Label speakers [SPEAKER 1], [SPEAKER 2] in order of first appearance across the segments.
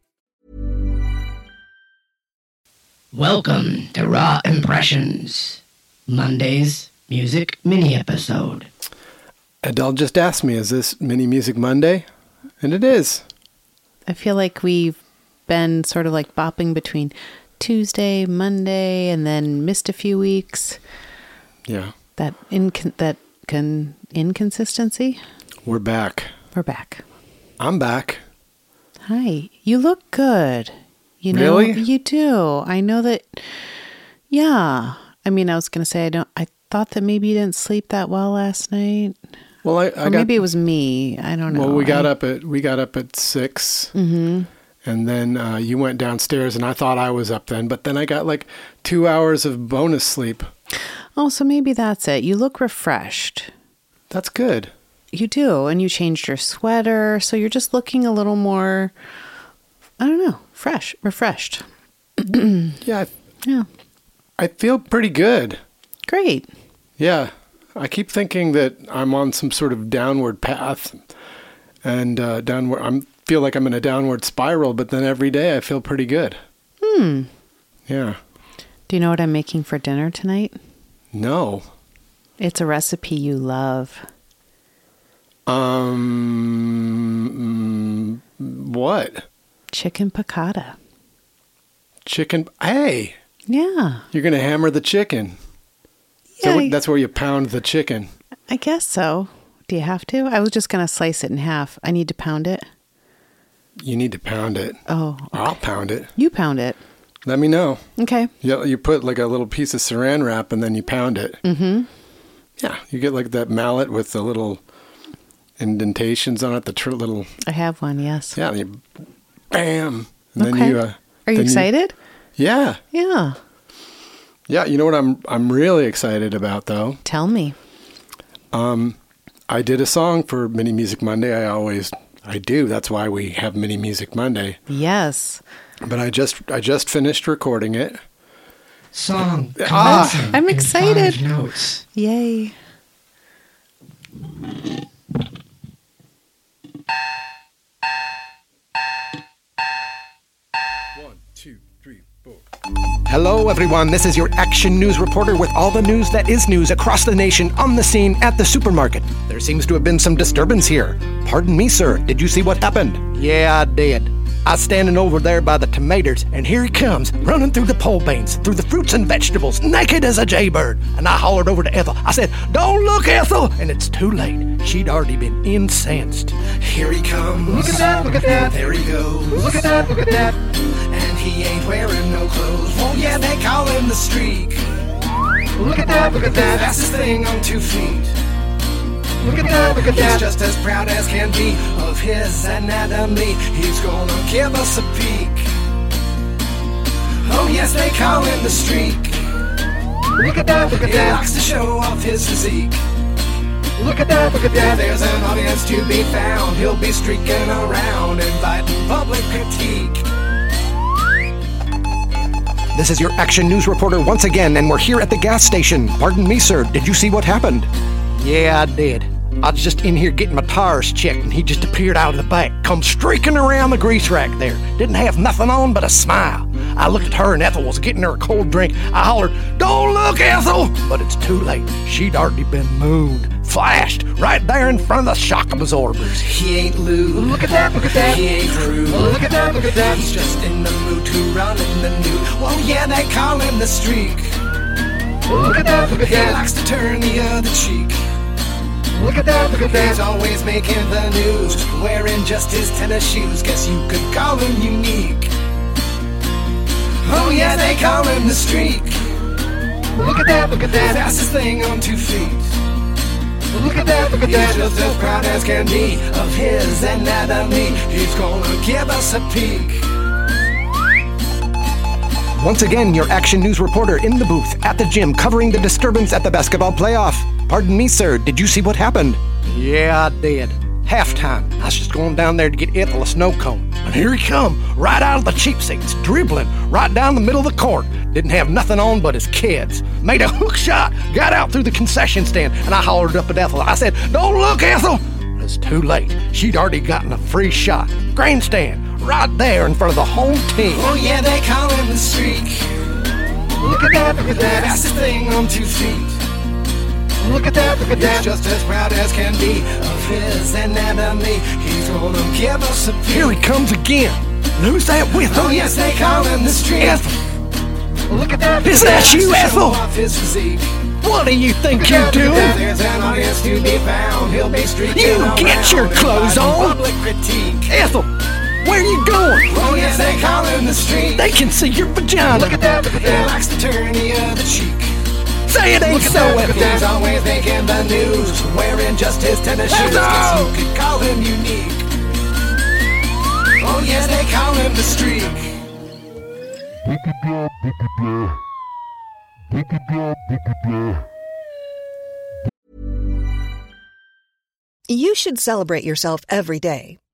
[SPEAKER 1] Welcome to Raw Impressions, Monday's music mini episode.
[SPEAKER 2] Adele just asked me, is this Mini Music Monday? And it is.
[SPEAKER 3] I feel like we've been sort of like bopping between Tuesday, Monday, and then missed a few weeks.
[SPEAKER 2] Yeah.
[SPEAKER 3] That incon that con- inconsistency.
[SPEAKER 2] We're back.
[SPEAKER 3] We're back.
[SPEAKER 2] I'm back.
[SPEAKER 3] Hi, you look good. You know,
[SPEAKER 2] Really?
[SPEAKER 3] you do. I know that. Yeah, I mean, I was gonna say I don't. I thought that maybe you didn't sleep that well last night,
[SPEAKER 2] Well, I, I
[SPEAKER 3] or
[SPEAKER 2] got
[SPEAKER 3] maybe it was me. I don't know.
[SPEAKER 2] Well, we got
[SPEAKER 3] I,
[SPEAKER 2] up at we got up at 6 Mm-hmm. And then uh, you went downstairs, and I thought I was up then, but then I got like two hours of bonus sleep.
[SPEAKER 3] Oh, so maybe that's it. You look refreshed.
[SPEAKER 2] That's good.
[SPEAKER 3] You do, and you changed your sweater, so you're just looking a little more I don't know, fresh, refreshed.
[SPEAKER 2] Yeah,
[SPEAKER 3] Yeah.
[SPEAKER 2] I, I feel pretty good.
[SPEAKER 3] Great.
[SPEAKER 2] Yeah, I keep thinking that I'm on some sort of downward path, and uh, downward. I'm feel like I'm in a downward spiral, but then every day I feel pretty good. Hmm. Yeah.
[SPEAKER 3] Do you know what I'm making for dinner tonight?
[SPEAKER 2] No.
[SPEAKER 3] It's a recipe you love.
[SPEAKER 2] Um. mm, What?
[SPEAKER 3] Chicken piccata.
[SPEAKER 2] Chicken. Hey,
[SPEAKER 3] Yeah.
[SPEAKER 2] you're gonna hammer the chicken.
[SPEAKER 3] Yeah,
[SPEAKER 2] So
[SPEAKER 3] I-
[SPEAKER 2] that's where you pound the chicken.
[SPEAKER 3] I guess so. Do you have to? I was just going to slice it in half. I need to pound it.
[SPEAKER 2] You need to pound it.
[SPEAKER 3] Oh,
[SPEAKER 2] I'll pound it.
[SPEAKER 3] you pound it.
[SPEAKER 2] Let me know.
[SPEAKER 3] Okay.
[SPEAKER 2] Yeah, you put like a little piece of saran wrap and then you pound it. Mm-hmm. Yeah, you get like that mallet with the little indentations on it. The tr- little
[SPEAKER 3] I have one, yes.
[SPEAKER 2] yeah, you bam. And
[SPEAKER 3] okay.
[SPEAKER 2] Then you, uh,
[SPEAKER 3] Are
[SPEAKER 2] then
[SPEAKER 3] you excited?
[SPEAKER 2] yeah,
[SPEAKER 3] Yeah.
[SPEAKER 2] yeah. You know what I'm I'm really excited about though.
[SPEAKER 3] Tell me.
[SPEAKER 2] I did a song for Mini Music Monday. I always I do. That's why we have Mini Music Monday.
[SPEAKER 3] Yes.
[SPEAKER 2] But I just I just finished recording it.
[SPEAKER 1] Song.
[SPEAKER 2] Ah.
[SPEAKER 1] commencing
[SPEAKER 3] I'm
[SPEAKER 1] in
[SPEAKER 3] excited.
[SPEAKER 1] Five notes.
[SPEAKER 3] Yay.
[SPEAKER 4] Hello, everyone. This is your Action News reporter with all the news that is news across the nation on the scene at the supermarket. There seems to have been some disturbance here. Pardon me, sir. Did you see what happened? Yeah, I did. I was standing over there by the tomatoes, and here he comes, running through the pole beans, through the fruits and vegetables, naked as a jaybird. And I hollered over to Ethel. I said, Don't look, Ethel! And it's too late. She'd already been incensed. Here he comes. Look at that, look at that. There he goes. Look at that, look at that. And he ain't wearing no clothes. Well, yeah, they call him the streak. Look at that, look at that. Fastest thing on two feet. Look at that, look at that. He's just as proud as can be of his anatomy. He's gonna give us a peek. Oh, yes, they call him the streak. Look at that, look at that. He likes to show off his physique. Look at that, look at that. There's an audience to be found. He'll be streaking around, inviting public critique. This is your Action News reporter once again, and we're here at the gas station. Pardon me, sir. Did you see what happened? Yeah, I did. I was just in here getting my tires checked, and he just appeared out of the back, come streaking around the grease rack there. Didn't have nothing on but a smile. I looked at her, and Ethel was getting her a cold drink. I hollered, Don't look, Ethel! But it's too late. She'd already been mooned, flashed, right there in front of the shock absorbers. He ain't lewd. Look at that, look at that. He ain't rude. Look at that, look at that. He's just in the mood to run in the nude. Well, yeah, they call him the streak. Look at that, look at that. He likes to turn the other cheek. Look at that, look at that. He's always making the news, wearing just his tennis shoes. Guess you could call him unique. Oh yeah, they call him the streak. Look at that, look at that. Fastest thing on two feet. Look at that, look at that. He's just as proud as can be of his anatomy. He's gonna give us a peek. Once again, your action news reporter in the booth at the gym covering the disturbance at the basketball playoff. Pardon me, sir, did you see what happened? Yeah, I did. Halftime. I was just going down there to get Ethel a snow cone. And here he come, right out of the cheap seats, dribbling right down the middle of the court. Didn't have nothing on but his kids. Made a hook shot, got out through the concession stand, and I hollered up at Ethel. I said, Don't look, Ethel! It was too late. She'd already gotten a free shot. Grandstand, right there in front of the home team.
[SPEAKER 5] Oh yeah, they call him the streak. Look at that, look at that, that's the thing on two feet. Look at that, look at that, just as proud as can be of his anatomy. He's gonna give us a
[SPEAKER 4] Here he comes again. And who's that with him?
[SPEAKER 5] Oh yes, they call him the streak.
[SPEAKER 4] Ethel,
[SPEAKER 5] Look at that, look
[SPEAKER 4] Is
[SPEAKER 5] at
[SPEAKER 4] that
[SPEAKER 5] that's
[SPEAKER 4] you,
[SPEAKER 5] to show
[SPEAKER 4] Ethel?
[SPEAKER 5] Off his physique.
[SPEAKER 4] what do you think
[SPEAKER 5] Look
[SPEAKER 4] you're
[SPEAKER 5] at that, look at that,
[SPEAKER 4] doing?
[SPEAKER 5] There's an audience to be found. He'll be streaking
[SPEAKER 4] You get
[SPEAKER 5] around
[SPEAKER 4] your
[SPEAKER 5] and
[SPEAKER 4] clothes
[SPEAKER 5] inviting
[SPEAKER 4] on.
[SPEAKER 5] Public critique.
[SPEAKER 4] Ethel, where are you going?
[SPEAKER 5] Oh yes, they call him the streak.
[SPEAKER 4] They can see your
[SPEAKER 5] Look
[SPEAKER 4] vagina.
[SPEAKER 5] at that, look at that, likes to turn the other cheek.
[SPEAKER 4] Say it ain't
[SPEAKER 5] Look at
[SPEAKER 4] so,
[SPEAKER 5] that, look at that,
[SPEAKER 4] Ethel.
[SPEAKER 5] always making the news, wearing just his tennis shoes.
[SPEAKER 4] Ethel!
[SPEAKER 5] Guess you could call him unique. Oh yes, they call him the streak.
[SPEAKER 6] You should celebrate yourself every day,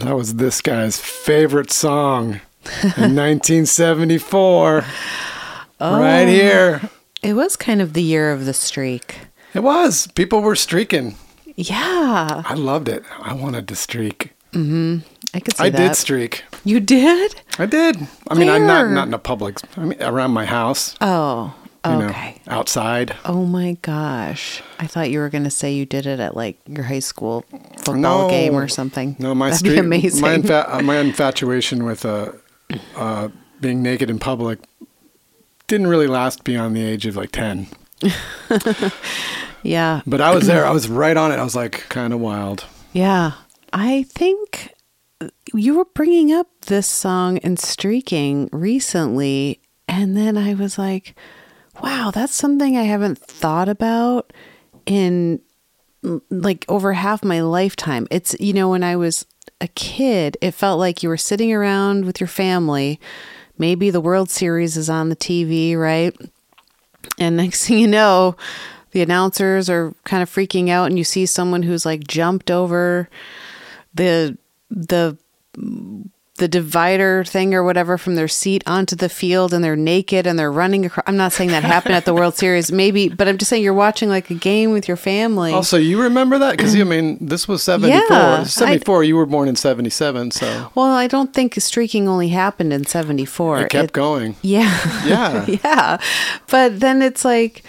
[SPEAKER 2] That was this guy's favorite song in 1974.
[SPEAKER 4] Oh.
[SPEAKER 3] Oh.
[SPEAKER 2] Right here.
[SPEAKER 3] It was kind of the year of the streak.
[SPEAKER 2] It was. People were streaking.
[SPEAKER 3] Yeah,
[SPEAKER 2] I loved it. I wanted to streak.
[SPEAKER 3] I could see
[SPEAKER 2] I
[SPEAKER 3] that.
[SPEAKER 2] did streak.
[SPEAKER 3] You did?
[SPEAKER 2] I did. I mean, I'm
[SPEAKER 3] Where?
[SPEAKER 2] not not in a public. I mean, around my house.
[SPEAKER 3] Oh,
[SPEAKER 2] You
[SPEAKER 3] okay.
[SPEAKER 2] know, outside.
[SPEAKER 3] Oh my gosh. I thought you were going to say you did it at like your high school football
[SPEAKER 2] No.
[SPEAKER 3] game or something.
[SPEAKER 2] No, my
[SPEAKER 3] That'd
[SPEAKER 2] streak.
[SPEAKER 3] be amazing.
[SPEAKER 2] My, infa- uh, my infatuation with uh, uh, being naked in public didn't really last beyond the age of like ten.
[SPEAKER 3] yeah.
[SPEAKER 2] But I was there. I was right on it. I was like kind of wild.
[SPEAKER 3] Yeah. I think you were bringing up this song and streaking recently. And then I was like, wow, that's something I haven't thought about in l- like over half my lifetime. It's, you know, when I was a kid, it felt like you were sitting around with your family. Maybe the World Series is on the TV, right? And next thing you know, the announcers are kind of freaking out, and you see someone who's like jumped over the the the divider thing or whatever from their seat onto the field and they're naked and they're running across I'm not saying that happened at the World Series maybe but I'm just saying you're watching like a game with your family.
[SPEAKER 2] Also, you remember that because I mean, this was seventy four.
[SPEAKER 3] Yeah, I-
[SPEAKER 2] seventy four. You were born in seventy seven, so
[SPEAKER 3] well, I don't think streaking only happened in 74.
[SPEAKER 2] it kept
[SPEAKER 3] It-
[SPEAKER 2] going.
[SPEAKER 3] Yeah.
[SPEAKER 2] Yeah.
[SPEAKER 3] yeah. But then it's like,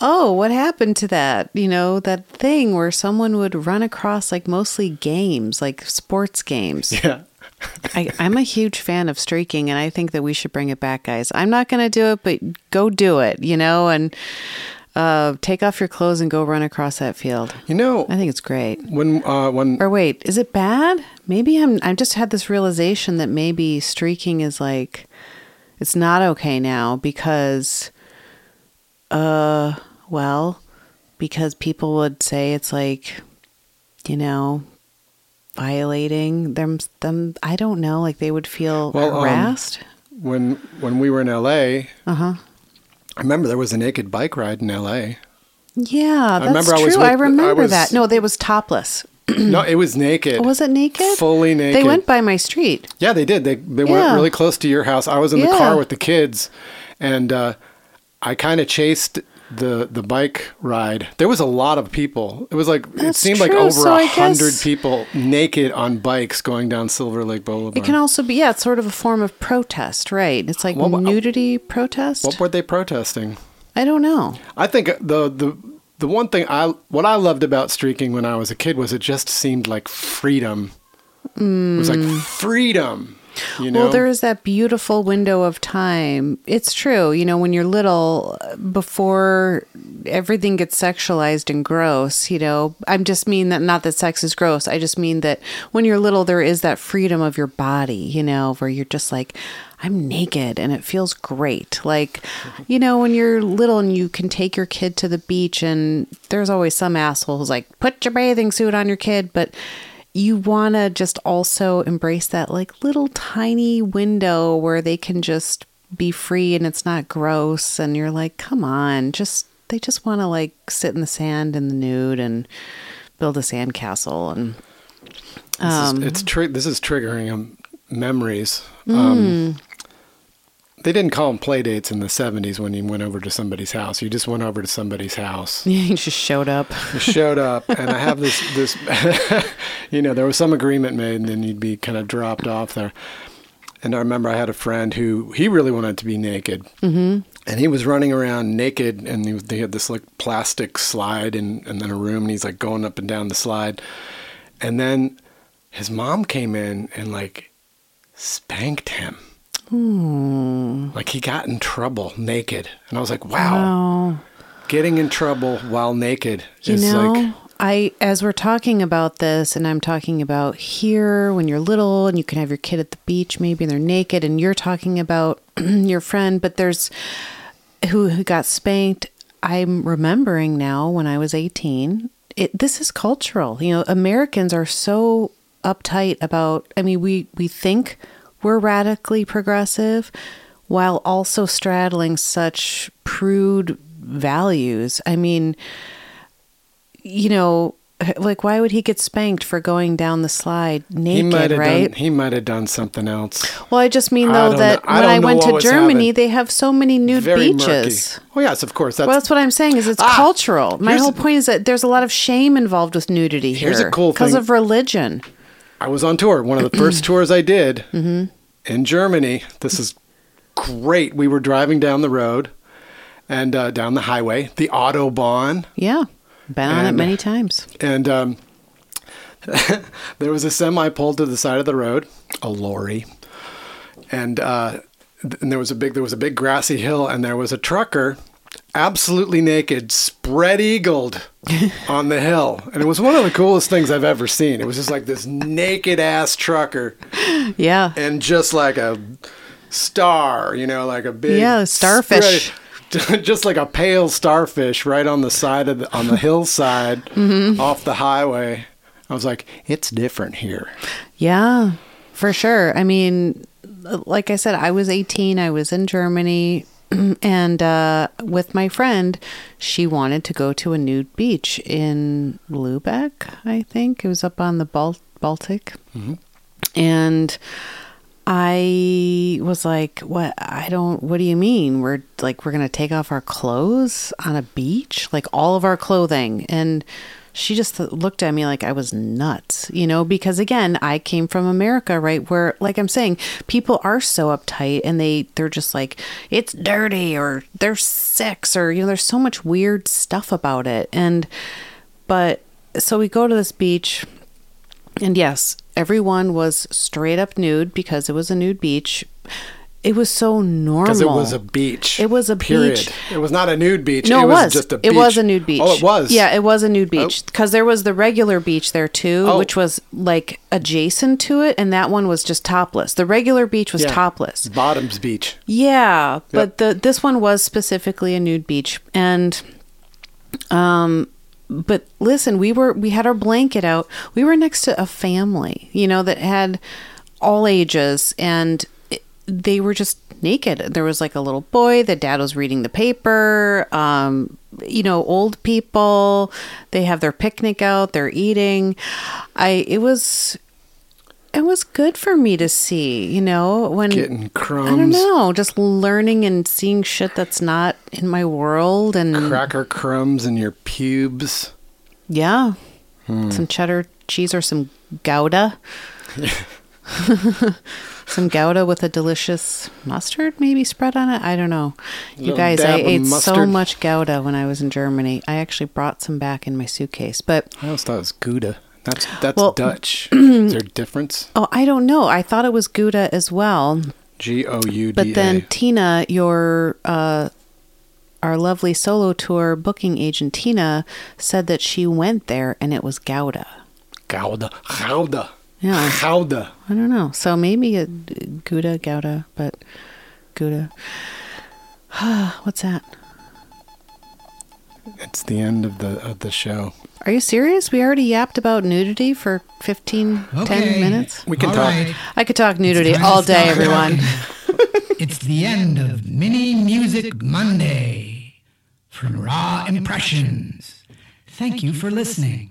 [SPEAKER 3] oh, what happened to that? You know, that thing where someone would run across like mostly games, like sports games.
[SPEAKER 2] Yeah.
[SPEAKER 3] I, I'm a huge fan of streaking and I think that we should bring it back, guys. I'm not going to do it, but go do it, you know, and uh, take off your clothes and go run across that field.
[SPEAKER 2] You know,
[SPEAKER 3] I think it's great.
[SPEAKER 2] when uh, when
[SPEAKER 3] Or wait, is it bad? Maybe I'm. I just had this realization that maybe streaking is like, it's not okay now because, uh, well, because people would say it's like, you know, violating them. Them. I don't know. Like they would feel
[SPEAKER 2] Well, um,
[SPEAKER 3] harassed.
[SPEAKER 2] when when we were in L.A.,
[SPEAKER 3] uh huh.
[SPEAKER 2] I remember there was a naked bike ride in L.A.
[SPEAKER 3] Yeah, that's
[SPEAKER 2] remember I
[SPEAKER 3] true.
[SPEAKER 2] was with-
[SPEAKER 3] I
[SPEAKER 2] I
[SPEAKER 3] remember
[SPEAKER 2] was-
[SPEAKER 3] that. No, they was topless.
[SPEAKER 2] no, it was naked.
[SPEAKER 3] Was it naked?
[SPEAKER 2] Fully naked.
[SPEAKER 3] They went by my street.
[SPEAKER 2] Yeah, they did. They they
[SPEAKER 3] Yeah.
[SPEAKER 2] went really close to your house. I was in
[SPEAKER 3] Yeah.
[SPEAKER 2] the car with the kids, and uh, I kind of chased the the bike ride. There was a lot of people. It was like
[SPEAKER 3] That's
[SPEAKER 2] it seemed like
[SPEAKER 3] true,
[SPEAKER 2] over a
[SPEAKER 3] so I
[SPEAKER 2] hundred
[SPEAKER 3] guess-
[SPEAKER 2] people naked on bikes going down Silver Lake Boulevard.
[SPEAKER 3] It can also be, yeah, it's sort of a form of protest, right? It's like
[SPEAKER 2] What wa-
[SPEAKER 3] nudity protest.
[SPEAKER 2] what were they protesting?
[SPEAKER 3] I don't know.
[SPEAKER 2] I think uh, the the the one thing I what I loved about streaking when I was a kid was it just seemed like freedom. It was like freedom. You know,
[SPEAKER 3] Mm. Well, there is that beautiful window of time. It's true. You know, when you're little, before everything gets sexualized and gross, you know, I'm just mean that not that sex is gross. I just mean that when you're little, there is that freedom of your body, you know, where you're just like, I'm naked and it feels great. Like, you know, when you're little and you can take your kid to the beach, and there's always some asshole who's like, put your bathing suit on your kid. But you want to just also embrace that like little tiny window where they can just be free and it's not gross and you're like come on just they just want to like sit in the sand in the nude and build a sand castle and
[SPEAKER 2] this
[SPEAKER 3] Um,
[SPEAKER 2] is, it's tri- this is triggering um, memories. Um, they didn't call them play dates in the 70s when you went over to somebody's house. You just went over to somebody's house.
[SPEAKER 3] you just showed up
[SPEAKER 2] I showed up and I have this this you know there was some agreement made and then you'd be kind of dropped off there and I remember I had a friend who he really wanted to be naked mm-hmm. and he was running around naked and he, was- they had this like plastic slide and and then a room and he's like going up and down the slide and then his mom came in and like spanked him like he got in trouble naked and I was like wow
[SPEAKER 3] oh
[SPEAKER 2] getting in trouble while naked
[SPEAKER 3] you
[SPEAKER 2] is
[SPEAKER 3] know
[SPEAKER 2] like
[SPEAKER 3] i as we're talking about this and i'm talking about here when you're little and you can have your kid at the beach maybe and they're naked and you're talking about your friend but there's who, who got spanked i'm remembering now when i was 18 it, this is cultural you know americans are so uptight about i mean we we think we're radically progressive while also straddling such prude values i mean you know like why would he get spanked for going down the slide
[SPEAKER 2] he might
[SPEAKER 3] naked
[SPEAKER 2] have
[SPEAKER 3] right
[SPEAKER 2] done. He might have done something else.
[SPEAKER 3] well i just mean
[SPEAKER 2] I
[SPEAKER 3] though
[SPEAKER 2] don't
[SPEAKER 3] that
[SPEAKER 2] know- I
[SPEAKER 3] when
[SPEAKER 2] don't
[SPEAKER 3] i
[SPEAKER 2] know
[SPEAKER 3] went
[SPEAKER 2] what
[SPEAKER 3] to
[SPEAKER 2] was
[SPEAKER 3] germany
[SPEAKER 2] happening.
[SPEAKER 3] they have so many nude
[SPEAKER 2] Very
[SPEAKER 3] beaches
[SPEAKER 2] murky. Oh yes, of course. That's,
[SPEAKER 3] well, that's what I'm saying is it's
[SPEAKER 2] Ah,
[SPEAKER 3] cultural. My
[SPEAKER 2] here's-
[SPEAKER 3] whole point is that there's a lot of shame involved with nudity here.
[SPEAKER 2] Here's a cool
[SPEAKER 3] because
[SPEAKER 2] thing.
[SPEAKER 3] of religion.
[SPEAKER 2] I was on tour. One of the first tours I did
[SPEAKER 3] Mm-hmm.
[SPEAKER 2] in Germany. This is great. We were driving down the road and uh, down the highway, the autobahn,
[SPEAKER 3] Yeah, been on it
[SPEAKER 2] And-
[SPEAKER 3] many times.
[SPEAKER 2] and um, there was a semi pulled to the side of the road, a lorry, and uh, th- and there was a big there was a big grassy hill, and there was a trucker, absolutely naked, spread eagled on the hill, and it was one of the coolest things I've ever seen. It was just like this naked ass trucker,
[SPEAKER 3] Yeah,
[SPEAKER 2] and just like a star, you know, like a big
[SPEAKER 3] Yeah, a starfish.
[SPEAKER 2] spread- just like a pale starfish right on the side of the, on the hillside
[SPEAKER 3] Mm-hmm.
[SPEAKER 2] off the highway. I was like, it's different here.
[SPEAKER 3] Yeah, for sure. I mean, like I said, I was 18, I was in Germany, and uh, with my friend, she wanted to go to a nude beach in Lubeck, I think. It was up on the Bal- Baltic. And I was like, "What? I don't. What do you mean? We're like, we're gonna take off our clothes on a beach, like all of our clothing." And she just th- looked at me like I was nuts, you know, because again, I came from America, right? Where, like I'm saying, people are so uptight and they they're just like, "It's dirty," or "There's sex," or you know, there's so much weird stuff about it. And but so we go to this beach. And yes, everyone was straight up nude because it was a nude beach. It was so normal.
[SPEAKER 2] Because it was a beach.
[SPEAKER 3] It was a
[SPEAKER 2] period.
[SPEAKER 3] beach.
[SPEAKER 2] It was not a nude beach.
[SPEAKER 3] No, it, was.
[SPEAKER 2] just a beach.
[SPEAKER 3] It was a nude beach.
[SPEAKER 2] Oh, it was.
[SPEAKER 3] Yeah, it was a nude beach because there was the regular beach there too,
[SPEAKER 2] Oh.
[SPEAKER 3] which was like adjacent to it, and that one was just topless. The regular beach was
[SPEAKER 2] Yeah.
[SPEAKER 3] topless.
[SPEAKER 2] Bottoms Beach.
[SPEAKER 3] Yeah,
[SPEAKER 2] Yep.
[SPEAKER 3] but the this one was specifically a nude beach, and um, but listen, we were we had our blanket out. We were next to a family, you know, that had all ages, and it, they were just naked. There was like a little boy. The dad was reading the paper. Um, you know, old people. They have their picnic out. They're eating. I. It was. It was good for me to see, you know, when
[SPEAKER 2] Getting crumbs.
[SPEAKER 3] I don't know. Just learning and seeing shit that's not in my world, and
[SPEAKER 2] Cracker crumbs in your pubes.
[SPEAKER 3] yeah,
[SPEAKER 2] Hmm.
[SPEAKER 3] some cheddar cheese or some gouda, some gouda with a delicious mustard maybe spread on it. I don't know. You
[SPEAKER 2] Little
[SPEAKER 3] guys, I
[SPEAKER 2] dab of
[SPEAKER 3] ate so
[SPEAKER 2] mustard.
[SPEAKER 3] much gouda when I was in Germany. I actually brought some back in my suitcase, but
[SPEAKER 2] I always thought it was Gouda. That's that's
[SPEAKER 3] Well-
[SPEAKER 2] Dutch. Is there a difference?
[SPEAKER 3] Oh, I don't know. I thought it was Gouda as well.
[SPEAKER 2] G O U D A.
[SPEAKER 3] But then Tina, your uh, our lovely solo tour booking agent Tina said that she went there and it was Gouda.
[SPEAKER 2] Gouda, Gouda,
[SPEAKER 3] Yeah.
[SPEAKER 2] Gouda.
[SPEAKER 3] I don't know. So maybe a Gouda, Gouda, but Gouda. What's that?
[SPEAKER 2] It's the end of the of the show.
[SPEAKER 3] Are you serious? We already yapped about nudity for 15, 10
[SPEAKER 1] Okay.
[SPEAKER 3] minutes.
[SPEAKER 2] We can
[SPEAKER 1] All
[SPEAKER 2] talk.
[SPEAKER 1] right.
[SPEAKER 3] I could talk nudity
[SPEAKER 1] Time to
[SPEAKER 3] all day,
[SPEAKER 1] stop
[SPEAKER 3] everyone.
[SPEAKER 1] talking. it's the end of Mini Music Monday from Raw Impressions. Thank you for listening.